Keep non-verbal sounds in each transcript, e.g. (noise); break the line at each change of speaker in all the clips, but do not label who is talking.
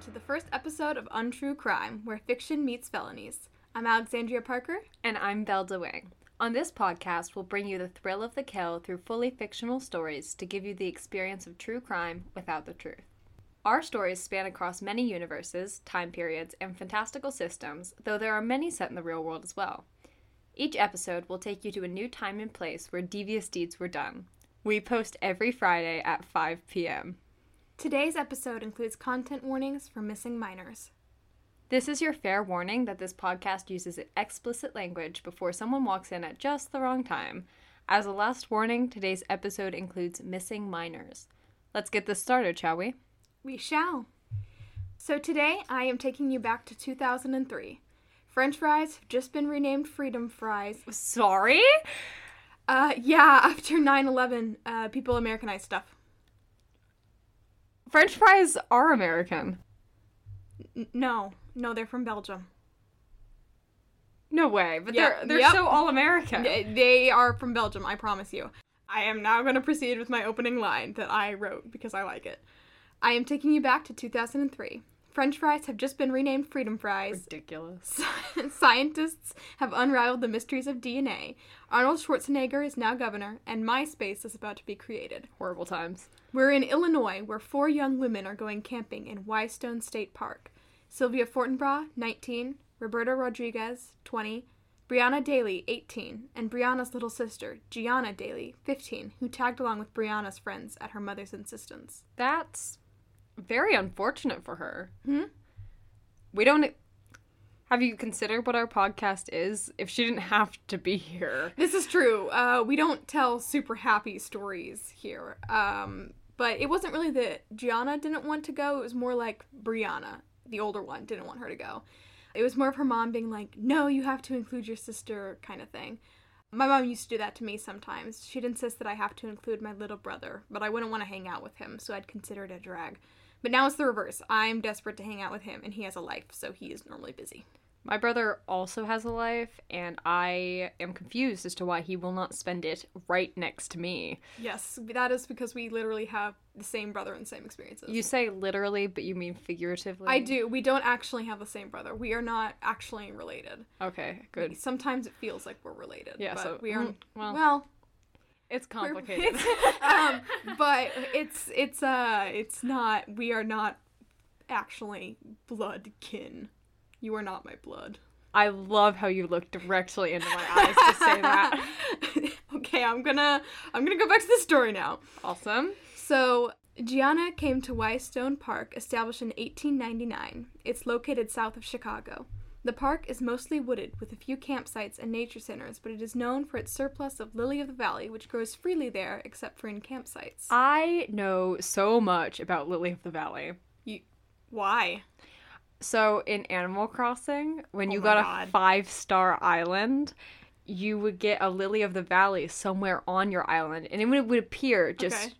to the first episode of Untrue Crime, where fiction meets felonies. I'm Alexandria Parker.
And I'm Belle DeWing. On this podcast, we'll bring you the thrill of the kill through fully fictional stories to give you the experience of true crime without the truth. Our stories span across many universes, time periods, and fantastical systems, though there are many set in the real world as well. Each episode will take you to a new time and place where devious deeds were done. We post every Friday at 5 p.m.
Today's episode includes content warnings for missing minors.
This is your fair warning that this podcast uses explicit language before someone walks in at just the wrong time. As a last warning, today's episode includes missing minors. Let's get this started, shall we?
We shall. So today I am taking you back to 2003. French fries have just been renamed Freedom Fries.
Sorry?
Uh, yeah, (laughs) after 9 11, uh, people Americanized stuff.
French fries are American.
N- no, no, they're from Belgium.
No way, but
Yep,
they're they're
yep.
so all American.
They- They are from Belgium, I promise you. I am now going to proceed with my opening line that I wrote because I like it. I am taking you back to 2003. French fries have just been renamed Freedom Fries.
Ridiculous.
(laughs) Scientists have unraveled the mysteries of DNA. Arnold Schwarzenegger is now governor, and MySpace is about to be created.
Horrible times.
We're in Illinois, where four young women are going camping in Wystone State Park. Sylvia Fortinbras, 19, Roberta Rodriguez, 20, Brianna Daly, 18, and Brianna's little sister, Gianna Daly, 15, who tagged along with Brianna's friends at her mother's insistence.
That's very unfortunate for her.
Hmm?
We don't. e-, Have you considered what our podcast is? If she didn't (laughs) have to be here,
This is true. Uh, we don't tell super happy stories here. Um, but it wasn't really that Gianna didn't want to go. It was more like Brianna, the older one, didn't want her to go. It was more of her mom being like, no, you have to include your sister, kind of thing. My mom used to do that to me sometimes. She'd insist that I have to include my little brother, but I wouldn't want to hang out with him, so I'd consider it a drag. But now it's the reverse. I'm desperate to hang out with him, and he has a life, so he is normally busy.
my brother also has a life, and I am confused as to why he will not spend it right next to me.
Yes, that is because we literally have the same brother and same experiences.
You say literally, but you mean figuratively.
I do. We don't actually have the same brother. We are not actually related.
Okay, good.
Sometimes it feels like we're related.
Yeah,
but
so-
we aren't.
mm, well,
well,
It's
we're- (laughs)
complicated.
um, but it's it's uh it's not. We are not actually blood kin. You are not my blood. (laughs)
I love how you look directly into my eyes to say that.
(laughs) okay, I'm gonna I'm gonna go back to the story now.
Awesome.
So, Gianna came to Wystone Park, established in 1899. It's located south of Chicago. The park is mostly wooded with a few campsites and nature centers, but it is known for its surplus of lily of the valley, which grows freely there except for in campsites.
I know so much about Lily of the Valley.
Why?
So in Animal Crossing, when
Oh
you
my
got
God.
a five star island, you would get a lily of the valley somewhere on your island, and it would, would appear just
Okay.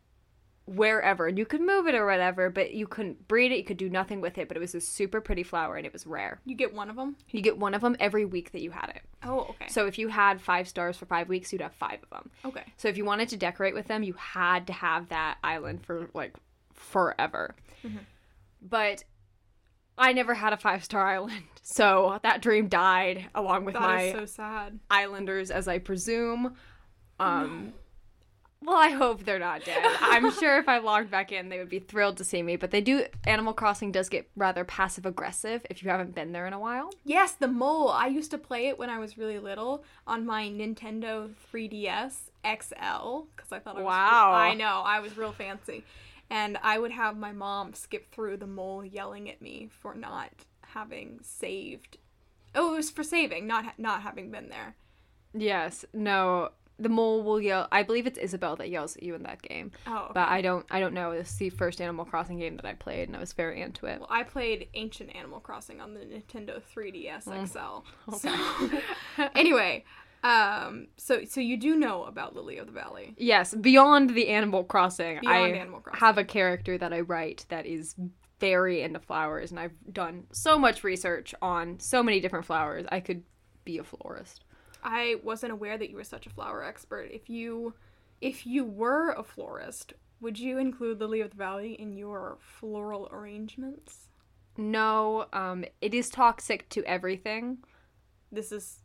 wherever, and you could move it or whatever, but you couldn't breed it, you could do nothing with it, but it was a super pretty flower, and it was rare.
You get one of them?
You get one of them every week that you had it.
Oh, okay.
So if you had five stars for five weeks, you'd have five of them.
okay.
So if you wanted to decorate with them, you had to have that island for like forever. But I never had a five star (laughs) island, so that dream died along with
That is
my
so sad.
islanders, as I presume. (sighs) Um, well, I hope they're not dead. (laughs) I'm sure if I logged back in, they would be thrilled to see me. But they do. Animal Crossing does get rather passive aggressive if you haven't been there in a while.
Yes, the mole. I used to play it when I was really little on my Nintendo 3DS XL because I thought I was
Wow.
I know I was real fancy, and I would have my mom skip through the mole yelling at me for not having saved. Oh, it was for saving, not ha- not having been there.
Yes. No. The mole will yell. I believe it's Isabel that yells at you in that game.
Oh, okay.
but I don't I don't know. This is the first Animal Crossing game that I played, and I was very into it.
well, I played Ancient Animal Crossing on the Nintendo 3DS XL. So (laughs) anyway, um, so so you do know about Lily of the Valley.
Yes, beyond the Animal Crossing,
Beyond
I
Animal
have a character that I write that is very into flowers, and I've done so much research on so many different flowers. I could be a florist.
I wasn't aware that you were such a flower expert. If you if you were a florist, would you include Lily of the Valley in your floral arrangements?
No, um, it is toxic to everything.
This is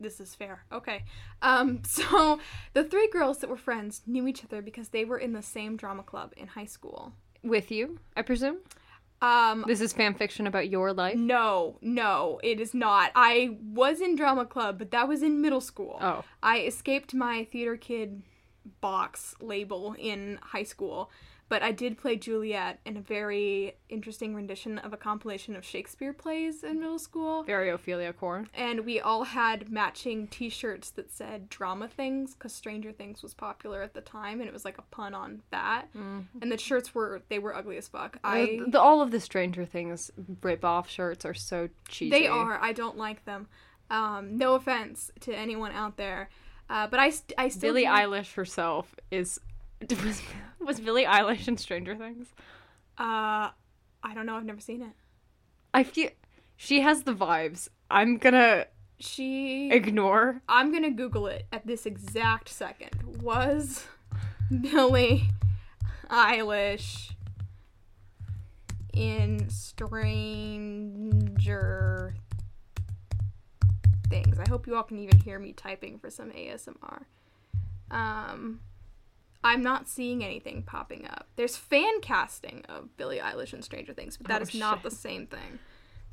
this is fair. Okay. Um, (laughs) so the three girls that were friends knew each other because they were in the same drama club in high school.
With you, I presume.
Um,
This is fan fiction about your
Mm.
life.
no, no, it is not. I was in drama club, but that was in middle school.
Oh,
I escaped my theater kid box label in high school, but I did play Juliet in a very interesting rendition of a compilation of Shakespeare plays in middle school.
very Ophelia core.
And we all had matching t shirts that said drama things because Stranger Things was popular at the time and it was like a pun on that. And the shirts were, they were ugly as fuck. I,
Mm-hmm. Oh, the, all of the Stranger Things rip-off shirts are so cheesy.
They are. I don't like them. Um, no offense to anyone out there. Uh, but I, st- I still.
Billie
do-
Eilish herself is (laughs) was was Billie Eilish in Stranger Things.
Uh, I don't know. I've never seen it.
I feel she has the vibes. I'm gonna
She.
ignore.
I'm gonna Google it at this exact second. Was Billie Eilish in Stranger Things? I hope you all can even hear me typing for some ASMR. Um, I'm not seeing anything popping up. There's fan casting of Billie Eilish in Stranger Things, but that
Oh,
is not
shit.
the same thing.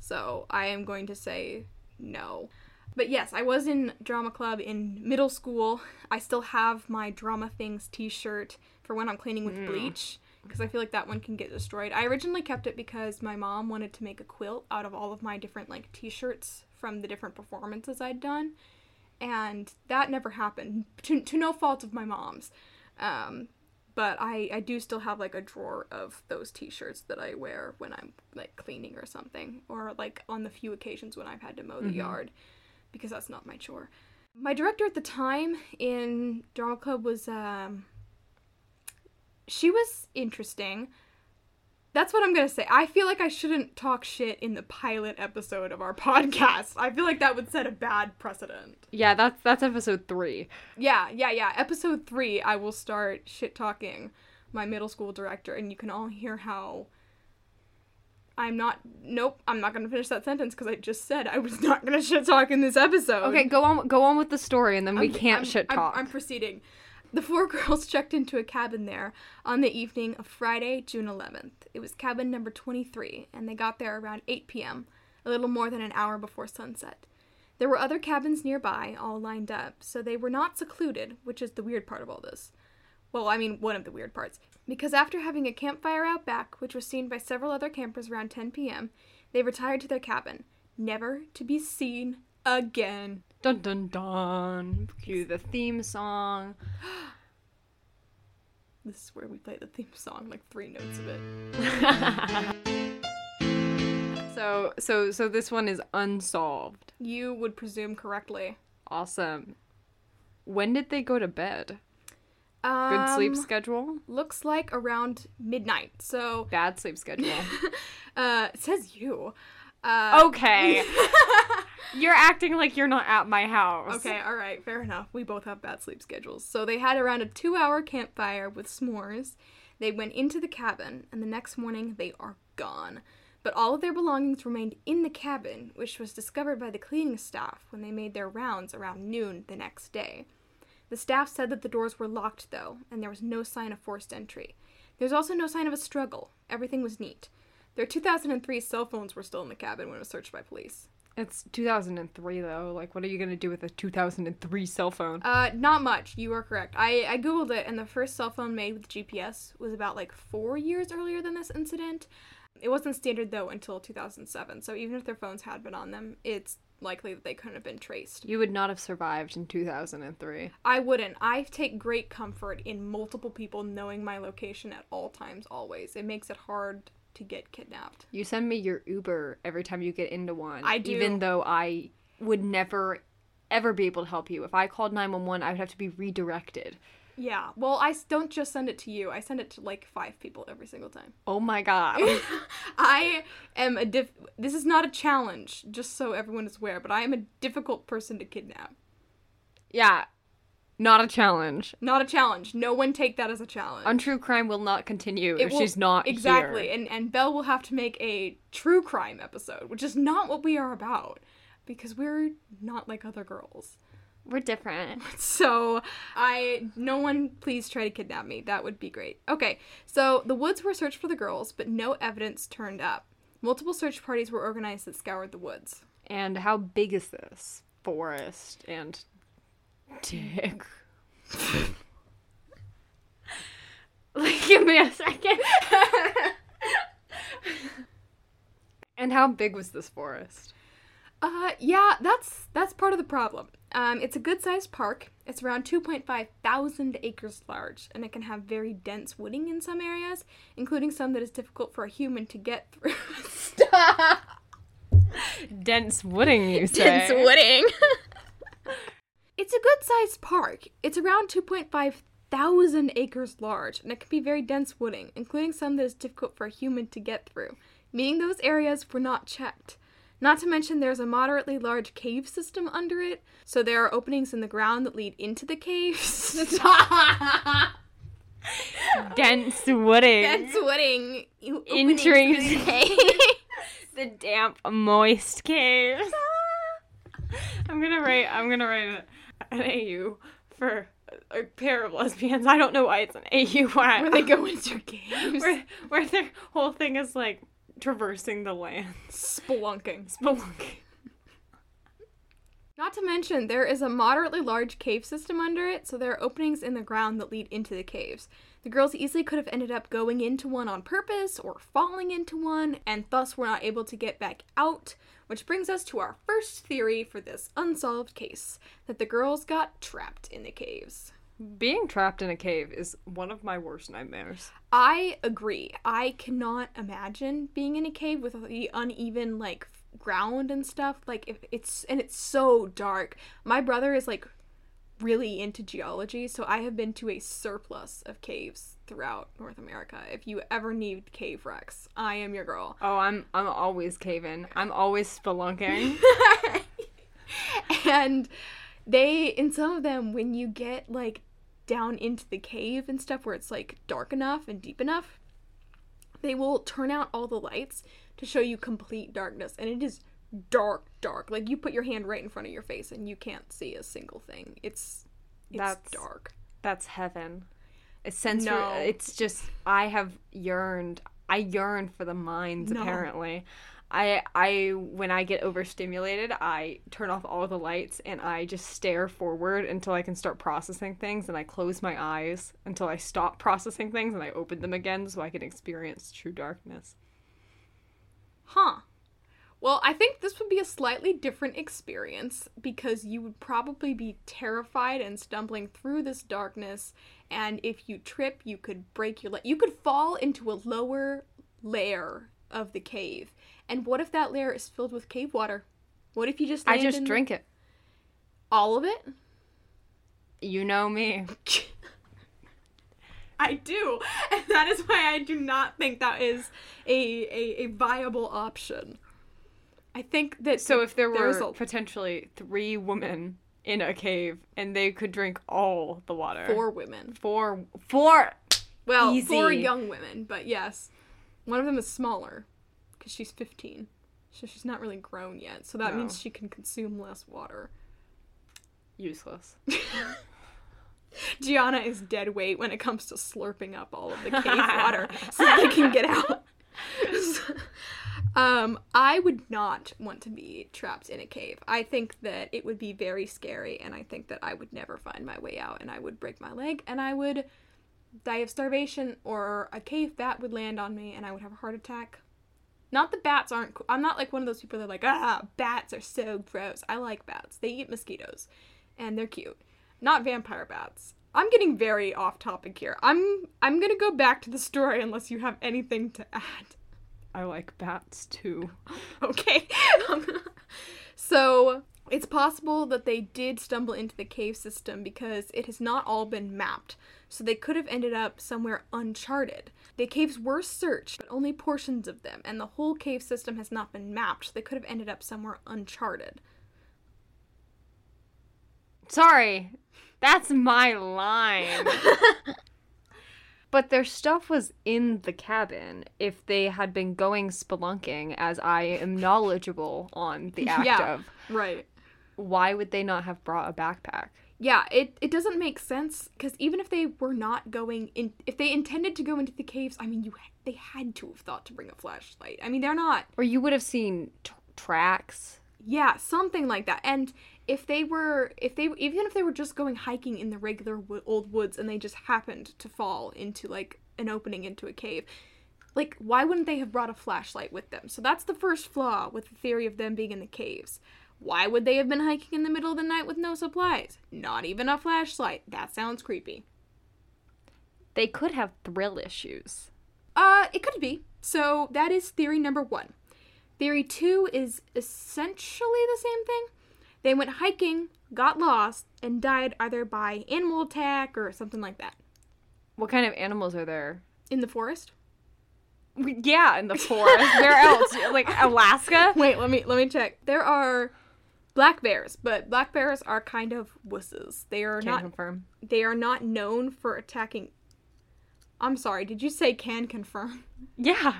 So I am going to say no. But yes, I was in drama club in middle school. I still have my drama things T-shirt for when I'm cleaning
Mm.
with bleach because I feel like that one can get destroyed. I originally kept it because my mom wanted to make a quilt out of all of my different like T-shirts from the different performances I'd done, and that never happened to to no fault of my mom's. Um, but I, I do still have like a drawer of those t-shirts that I wear when I'm like cleaning or something or like on the few occasions when I've had to mow the yard because that's not my chore. My director at the time in drama club was um she was interesting. That's what I'm going to say. I feel like I shouldn't talk shit in the pilot episode of our (laughs) podcast. I feel like that would set a bad precedent.
Yeah, that's that's episode three.
Yeah, yeah, yeah. Episode three, I will start shit talking my middle school director, and you can all hear how I'm not. Nope, I'm not gonna finish that sentence because I just said I was (laughs) not gonna shit talk in this episode.
Okay, go on go on with the story, and then we
I'm-
can't
I'm-
shit
I'm-
talk.
I'm, proceeding. The four (laughs) girls checked into a cabin there on the evening of Friday, June 11th. It was cabin number 23, and they got there around 8 p.m., a little more than an hour before sunset. There were other cabins nearby, all lined up, so they were not secluded, which is the weird part of all this. Well, I mean, one of the weird parts. Because after having a campfire out back, which was seen by several other campers around 10 p.m., they retired to their cabin, never to be seen again.
Dun dun dun. Cue the theme song.
This is where we play the theme song, like three notes of it.
So so so this one is unsolved.
You would presume correctly.
Awesome. When did they go to bed?
Um,
Good sleep schedule?
Looks like around midnight. So
Bad sleep (laughs) schedule.
uh, it says you. Uh,
(laughs) okay. you're acting like you're not at my house.
Okay, all right, fair enough. We both have bad sleep schedules. So they had around a two hour campfire with s'mores. They went into the cabin, and the next morning they are gone. But all of their belongings remained in the cabin, which was discovered by the cleaning staff when they made their rounds around noon the next day. The staff said that the doors were locked, though, and there was no sign of forced entry. There's also no sign of a struggle. Everything was neat. Their 2003 cell phones were still in the cabin when it was searched by police.
It's 2003 though. Like what are you going to do with a 2003 cell phone?
Uh, not much. You are correct. I, I googled it, and the first cell phone made with GPS was about like four years earlier than this incident. It wasn't standard though until 2007. So even if their phones had been on them, it's likely that they couldn't have been traced.
You would not have survived in 2003.
I wouldn't. I take great comfort in multiple people knowing my location at all times, always. It makes it hard to get kidnapped.
You send me your Uber every time you get into one.
I do.
Even though I would never, ever be able to help you. If I called 911, I would have to be redirected.
Yeah. Well, I s- don't just send it to you. I send it to like five people every single time.
Oh my (laughs) god.
I am a diff. This is not a challenge, just so everyone is aware. But I am a difficult person to kidnap.
yeah. Not a challenge.
Not a challenge. No one take that as a challenge.
Untrue crime will not continue
It
if
will-
she's not
exactly,
here.
and and Belle will have to make a true crime episode, which is not what we are about, because we're not like other girls. (laughs)
We're different.
So I, no one, please try to kidnap me. That would be great. Okay, so the woods were searched for the girls, but no evidence turned up. Multiple search parties were organized that scoured the woods.
And how big is this forest and dick? like, give me a second. and how big was this forest?
Uh, yeah, that's that's part of the problem. Um, it's a good-sized park. It's around 2.5 thousand acres large, and it can have very dense wooding in some areas, including some that is difficult for a human to get (laughs) through. Stop!
Dense wooding, you
Dense
(laughs)
wooding. it's a good-sized park. It's around 2.5 thousand acres large, and it can be very dense wooding, including some that is difficult for a human to get through, meaning those areas were not checked. Not to mention, there's a moderately large cave system under it, so there are openings in the ground that lead into the (laughs) caves.
Dense wooding.
Dense wooding. you openings
Entering
in the
cave. the damp, moist caves. (laughs) I'm gonna write. I'm gonna write a, an AU for a pair of lesbians. I don't know why it's an AU.
(laughs)
Why
Where they go into caves.
(laughs) where, where their whole thing is like traversing the (laughs) land.
Spelunking.
Spelunking.
Not to mention, there is a moderately large cave system under it, so there are openings in the ground that lead into the caves. The girls easily could have ended up going into one on purpose or falling into one, and thus were not able to get back out. Which brings us to our first theory for this unsolved case that the girls got trapped in the caves.
Being trapped in a cave is one of my worst nightmares.
I agree. I cannot imagine being in a cave with the uneven like ground and stuff. Like if it's and it's so dark. My brother is like really into geology, so I have been to a surplus of caves throughout North America. If you ever need cave wrecks, I am your girl.
Oh, I'm I'm always caving. I'm always spelunking.
(laughs) and they in some of them when you get like down into the cave and stuff where it's like dark enough and deep enough they will turn out all the lights to show you complete darkness and it is dark dark like you put your hand right in front of your face and you can't see a single thing it's it's
That's-
dark
That's heaven. A sense
No.
it's just I have yearned. I yearn for the mines
No.
apparently. I I when I get overstimulated, I turn off all the lights and I just stare forward until I can start processing things and I close my eyes until I stop processing things and I open them again so I can experience true darkness.
Huh. Well, I think this would be a slightly different experience because you would probably be terrified and stumbling through this darkness. And if you trip, you could break your leg. You could fall into a lower layer of the cave. And what if that layer is filled with cave water? What if you just
I
land
just
in
drink it.
all of it? (laughs)
You know me.
I do, and that is why I do not think that is a a, a viable option. I think that
So if there were
There's a-
potentially 3 women in a cave and they could drink all the water.
for women,
Four. Four.
Well, four
Easy.
young women, but yes. One of them is smaller because she's 15. So she's not really grown yet. So that
No.
means she can consume less water.
Useless.
Gianna is dead weight when it comes to slurping up all of the cave water so they can get out. (laughs) um, I would not want to be trapped in a cave. I think that it would be very scary, and I think that I would never find my way out, and I would break my leg, and I would die of starvation, or a cave bat would land on me, and I would have a heart attack. Not that bats aren't. co- I'm not like one of those people that are like, ah, bats are so gross. I like bats. They eat mosquitoes, and they're cute. Not vampire bats. I'm getting very off topic here. I'm I'm gonna go back to the story unless you have anything to add. (laughs)
I like bats too.
Okay. (laughs) so it's possible that they did stumble into the cave system because it has not all been mapped, so they could have ended up somewhere uncharted. The caves were searched, but only portions of them, and the whole cave system has not been mapped, so they could have ended up somewhere uncharted.
Sorry. That's my (laughs) line. but their stuff was in the cabin if they had been going spelunking, as I am knowledgeable on (laughs) the act
Yeah.
of.
right.
Why would they not have brought a backpack?
Yeah, it, it doesn't make sense because even if they were not going in, if they intended to go into the caves, I mean, you ha- they had to have thought to bring a flashlight. I mean, they're not.
Or you would have seen t- tracks.
Yeah, something like that. And if they were, if they even if they were just going hiking in the regular wo- old woods and they just happened to fall into like an opening into a cave, like why wouldn't they have brought a flashlight with them? So that's the first flaw with the theory of them being in the caves. Why would they have been hiking in the middle of the night with no supplies? Not even a flashlight. That sounds creepy.
They could have thrill issues.
Uh, it could be. So that is theory number one. Theory two is essentially the same thing. They went hiking, got lost, and died either by animal attack or something like that
What kind of animals are there?
in the forest.
We- Yeah, in the forest. Where (laughs) else? Like Alaska?
Wait, let me let me check. There are black bears, but black bears are kind of wusses. They are
Can't
not
confirm.
they are not known for attacking. I'm sorry, did you say can confirm? (laughs)
Yeah,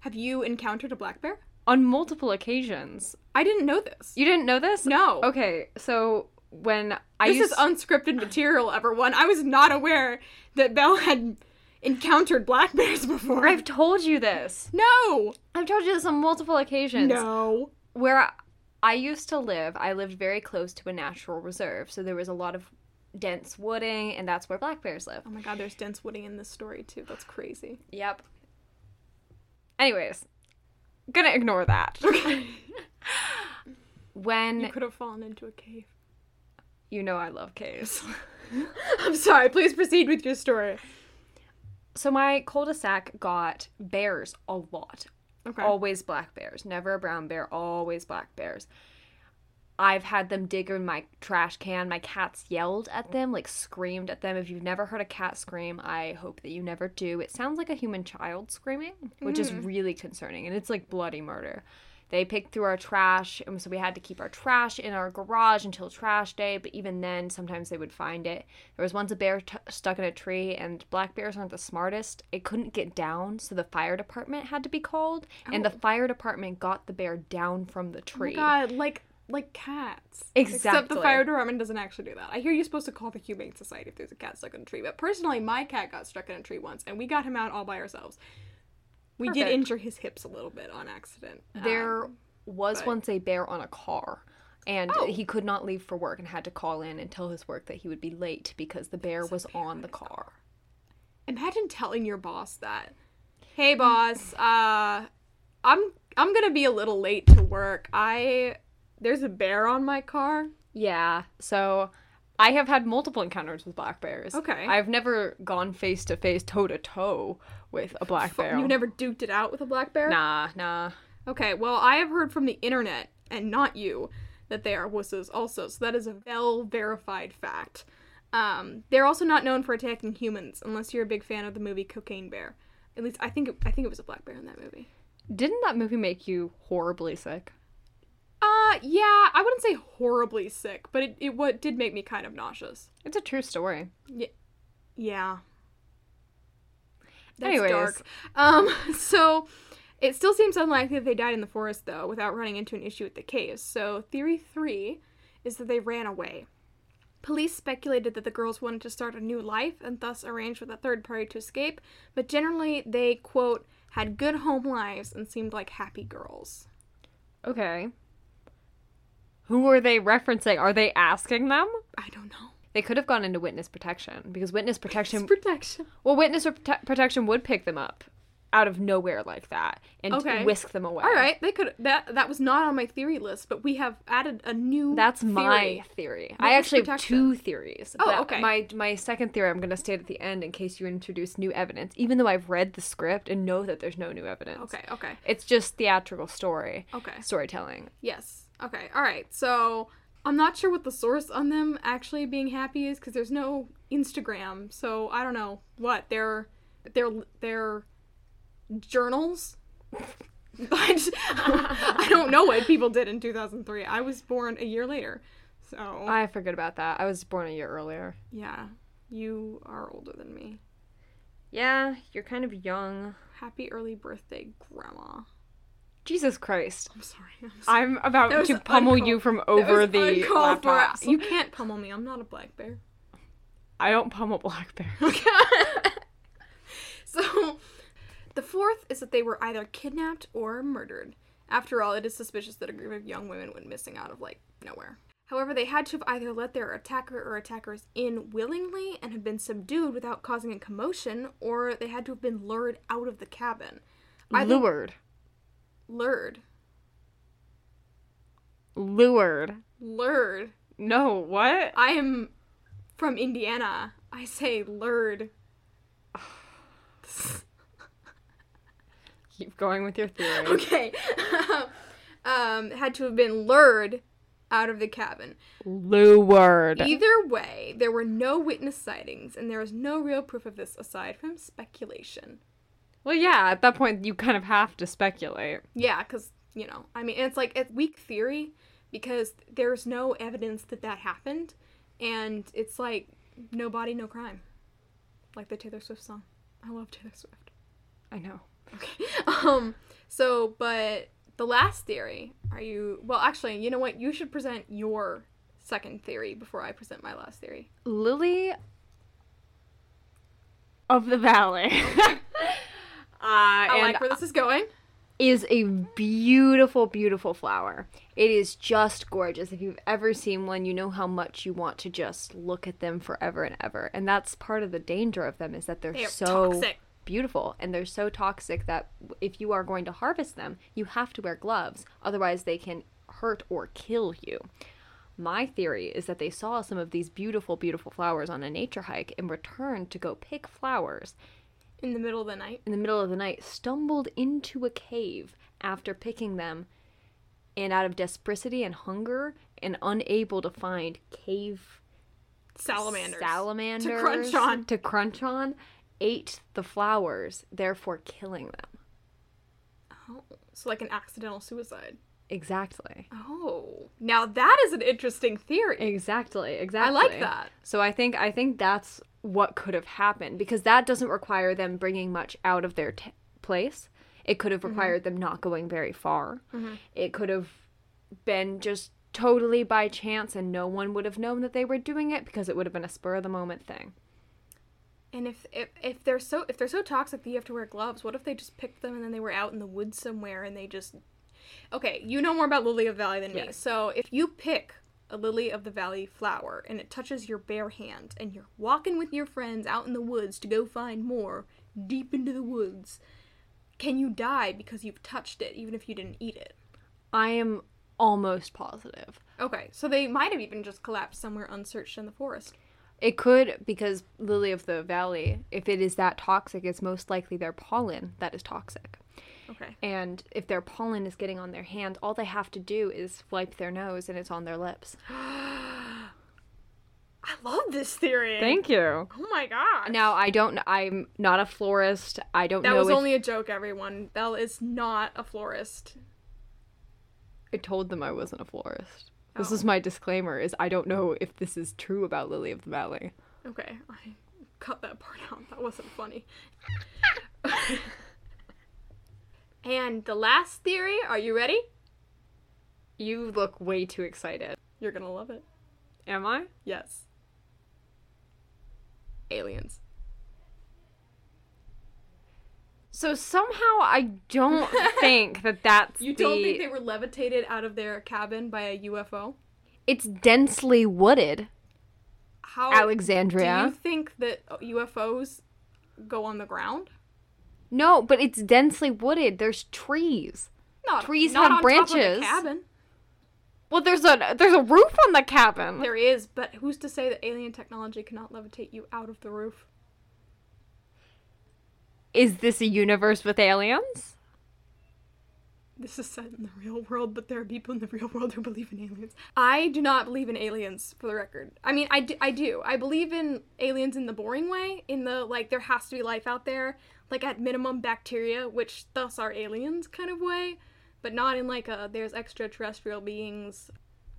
Have you encountered a black bear?
on multiple occasions.
I didn't know this.
You didn't know this?
no.
Okay, so when I
This
used
is unscripted material, everyone. I was not aware that Belle had encountered black bears (laughs) before.
I've told you this.
no,
I've told you this on multiple occasions.
no.
Where I, I used to live, I lived very close to a natural reserve, so there was a lot of dense wooding, and that's where black bears live.
Oh my god, there's dense wooding in this story too. That's (laughs) crazy.
Yep. Anyways, gonna ignore that. (laughs)
You
when
could have fallen into a cave.
you know I love (laughs) caves.
I'm sorry. Please proceed with your story.
so my cul-de-sac got bears a lot,
Okay.
always black bears never a brown bear always black bears i've had them dig in my trash can my cats yelled at them like screamed at them if you've never heard a cat scream i hope that you never do it sounds like a human child screaming which is really concerning and it's like bloody murder they picked through our trash and so we had to keep our trash in our garage until trash day but even then sometimes they would find it there was once a bear t- stuck in a tree and black bears aren't the smartest it couldn't get down so the fire department had to be called and the fire department got the bear down from the
Oh my
tree
god, like like cats. Except the
Exactly.
fire department doesn't actually do that. I hear you're supposed to call the humane society if there's a cat stuck in a tree. But personally, my cat got stuck in a tree once, and we got him out all by ourselves. We did
Perfect.
injure his hips a little bit on accident. Um,
there was
but-
once a bear on a car and
Oh.
he could not leave for work and had to call in and tell his work that he would be late because the bear was on the car
Imagine telling your boss that. Hey boss, uh I'm I'm going to be a little late to work. I there's a bear on my car.
yeah so i have had multiple encounters with black bears
Okay.
i've never gone face to face toe to toe with a black bear
You never duked it out with a black bear?
nah nah
Okay, well, I have heard from the internet and not you that they are wusses also. So that is a well verified fact. Um, they're also not known for attacking humans unless you're a big fan of the movie Cocaine Bear. At least I think it, I think it was a black bear in that movie.
didn't that movie make you horribly sick
Uh, yeah, I wouldn't say horribly sick, but it, it what did make me kind of nauseous.
it's a true story
Yeah. That's
Anyways.
dark. Um, (laughs) so it still seems unlikely that they died in the forest though, without running into an issue with the caves. So theory three is that they ran away. Police speculated that the girls wanted to start a new life and thus arranged with a third party to escape, but generally they quote had good home lives and seemed like happy girls.
Okay. Who are they referencing? Are they asking them?
I don't know.
They could have gone into witness protection because witness
It's
protection.
protection.
Well, witness or prote- protection would pick them up out of nowhere like that and
Okay.
whisk them away.
All right, they could that that was not on my theory list, but we have added a new
That's my
theory.
theory. I
Witness
actually
protection.
have two theories.
Oh,
but
okay.
My my second theory I'm going to state at the end in case you introduce new evidence, even though I've read the script and know that there's no new evidence.
Okay, okay.
It's just theatrical story
Okay.
storytelling.
Yes. Okay. All right. So I'm not sure what the source on them actually being happy is because there's no Instagram. So I don't know what their their their journals. (laughs) I, just- I don't know what people did in 2003. I was born a year later, So
I forget about that. I was born a year earlier.
yeah, you are older than me.
Yeah, you're kind of young.
Happy early birthday, Grandma.
Jesus Christ.
I'm sorry. (laughs) I'm sorry.
I'm about
That
to
was
pummel
uncalled-
you from
That
over
was
the
uncalled for.
laptops.
You can't pummel me. I'm not a black bear.
I don't pummel black bears.
Okay. so, (laughs) the fourth is that they were either kidnapped or murdered. After all, it is suspicious that a group of young women went missing out of like nowhere. However, they had to have either let their attacker or attackers in willingly and have been subdued without causing a commotion, or they had to have been lured out of the cabin. Either
Lured.
lured,
Lured.
lured.
No, what?
I am from Indiana. I say lured. (sighs) (laughs)
Keep going with your
(laughs)
theory.
okay. um, had to have been lured out of the cabin.
(laughs) Lured.
Either way, there were no witness sightings, and there is no real proof of this aside from speculation.
Well, yeah, at that point, you kind of have to speculate.
Yeah, because, you know, I mean, it's like it's weak theory because there's no evidence that that happened, and it's like no body, no crime. Like the Taylor Swift song. I love Taylor Swift.
I know.
(laughs) Um, so, but the last theory, are you, well, actually, you know what? You should present your second theory before I present my last theory.
Lily of the Valley. (laughs) uh,
I
and
like where this is going.
is a beautiful, beautiful flower. It is just gorgeous. If you've ever seen one, you know how much you want to just look at them forever and ever. And that's part of the danger of them is that they're,
They are
so
toxic.
beautiful and they're so toxic that if you are going to harvest them, you have to wear gloves. Otherwise, they can hurt or kill you. My theory is that they saw some of these beautiful, beautiful flowers on a nature hike and returned to go pick flowers
In the middle of the night.
in the middle of the night stumbled into a cave after picking them and out of desperity and hunger and unable to find cave
Salamanders.
salamanders
To crunch on.
to crunch on, ate the flowers therefore killing them
Oh, so, like an accidental suicide.
exactly
Oh, now that is an interesting theory.
exactly exactly
that.
so i think i think that's what could have happened because that doesn't require them bringing much out of their t- place it could have required them not going very far it could have been just totally by chance and no one would have known that they were doing it because it would have been a spur of the moment thing
And if, if if they're so if they're so toxic that you have to wear gloves, what if they just picked them and then they were out in the woods somewhere and they just Okay, you know more about lily of the valley than me.
Yes.
So if you pick a lily of the valley flower and it touches your bare hand and you're walking with your friends out in the woods to go find more deep into the woods, can you die because you've touched it even if you didn't eat it?
i am almost positive
Okay, so they might have even just collapsed somewhere unsearched in the forest.
it could because lily of the valley if it is that toxic it's most likely their pollen that is toxic
Okay.
and if their pollen is getting on their hand, all they have to do is wipe their nose and it's on their lips.
I love this theory.
Thank you.
oh my god.
Now I don't. I'm not a florist. I don't
That
know.
was
if
only a joke, everyone. Belle is not a florist.
I told them I wasn't a florist. This
Oh.
is my disclaimer: is I don't know if this is true about Lily of the Valley.
Okay, I cut that part out. That wasn't funny. (laughs) and the last theory, are you ready?
You look way too excited.
You're gonna love it.
Am I?
Yes. Aliens.
So somehow I (laughs) don't think that that's
You
the.
don't think they were levitated out of their cabin by a UFO?
It's densely wooded, Oh,
How
Alexandria.
do you think that UFOs go on the ground?
No, but it's densely wooded. There's trees.
Not
Trees
not
have
on top of the
branches.
cabin.
Well, there's a there's a roof on the cabin.
There is, but who's to say that alien technology cannot levitate you out of the roof?
Is this a universe with aliens?
This is set in the real world, but there are people in the real world who believe in aliens. I do not believe in aliens, for the record. I mean, I do. I, do. I believe in aliens in the boring way, in the like, there has to be life out there, like at minimum bacteria, which thus are aliens kind of way, but not in like a there's extraterrestrial beings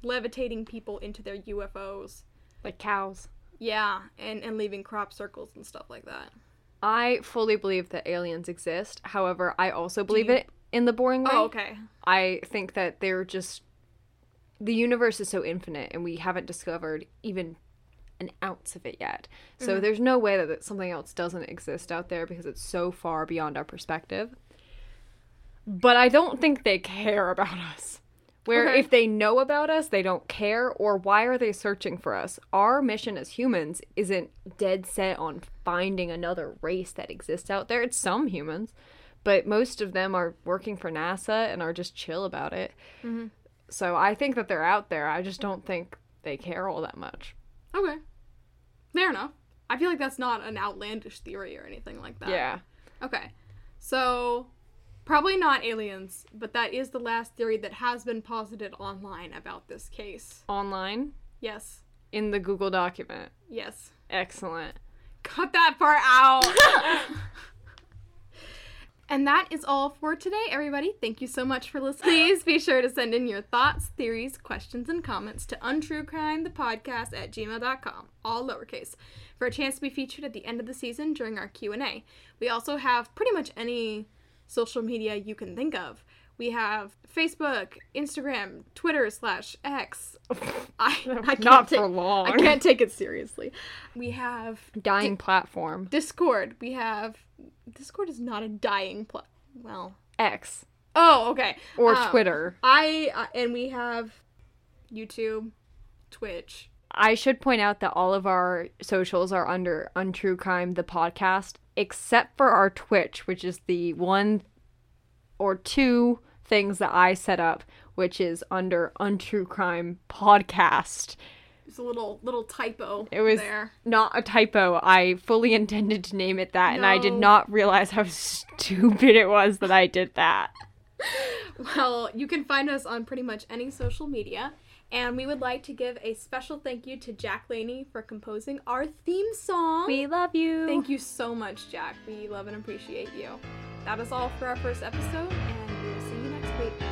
levitating people into their UFOs.
like cows.
Yeah, and, and leaving crop circles and stuff like that.
I fully believe that aliens exist. However, I also believe
you-
it in the boring way.
Oh, okay.
I think that they're just the universe is so infinite and we haven't discovered even an ounce of it yet. So there's no way that, that something else doesn't exist out there because it's so far beyond our perspective. But I don't think they care about us. Where
Okay.
if they know about us, they don't care or why are they searching for us? Our mission as humans isn't dead set on finding another race that exists out there. It's some humans, but most of them are working for NASA and are just chill about it. So I think that they're out there. I just don't think they care all that much.
Okay. Fair enough. I feel like that's not an outlandish theory or anything like that.
Yeah.
Okay. So, probably not aliens, but that is the last theory that has been posited online about this case.
Online
Yes.
in the Google document.
Yes.
Excellent.
Cut that part out.
(laughs)
and that is all for today, everybody. Thank you so much for listening. Please be sure to send in your thoughts, theories, questions, and comments to untruecrimethepodcast at gmail.com, all lowercase, for a chance to be featured at the end of the season during our Q&A. We also have pretty much any social media you can think of. We have Facebook, Instagram, Twitter slash
(laughs)
X. I, I can't
Not
take-
for long.
I can't take it seriously. We have
Dying platform.
Discord. We have Discord is not a dying pl- well.
X
Oh, okay.
or
Um,
Twitter.
I uh, and we have YouTube, Twitch.
I should point out that all of our socials are under Untrue Crime the podcast, except for our Twitch, which is the one or two things that I set up, which is under Untrue Crime podcast.
It's a little little typo.
It was
there.
not a typo. I fully (laughs) intended to name it that, and I did
No.
not realize how (laughs) stupid it was that I did that.
Well, you can find us on pretty much any social media. And we would like to give a special thank you to Jack Laney for composing our theme song.
We love you.
Thank you so much, Jack. We love and appreciate you. That is all for our first episode, and we will see you next week.